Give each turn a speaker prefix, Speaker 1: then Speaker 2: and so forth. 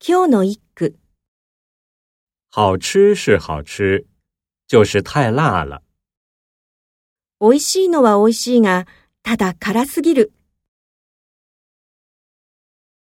Speaker 1: 今日の一句、
Speaker 2: 好吃是好吃，就是太辣了。
Speaker 1: 美味しいのは美味しいが、ただ辛すぎる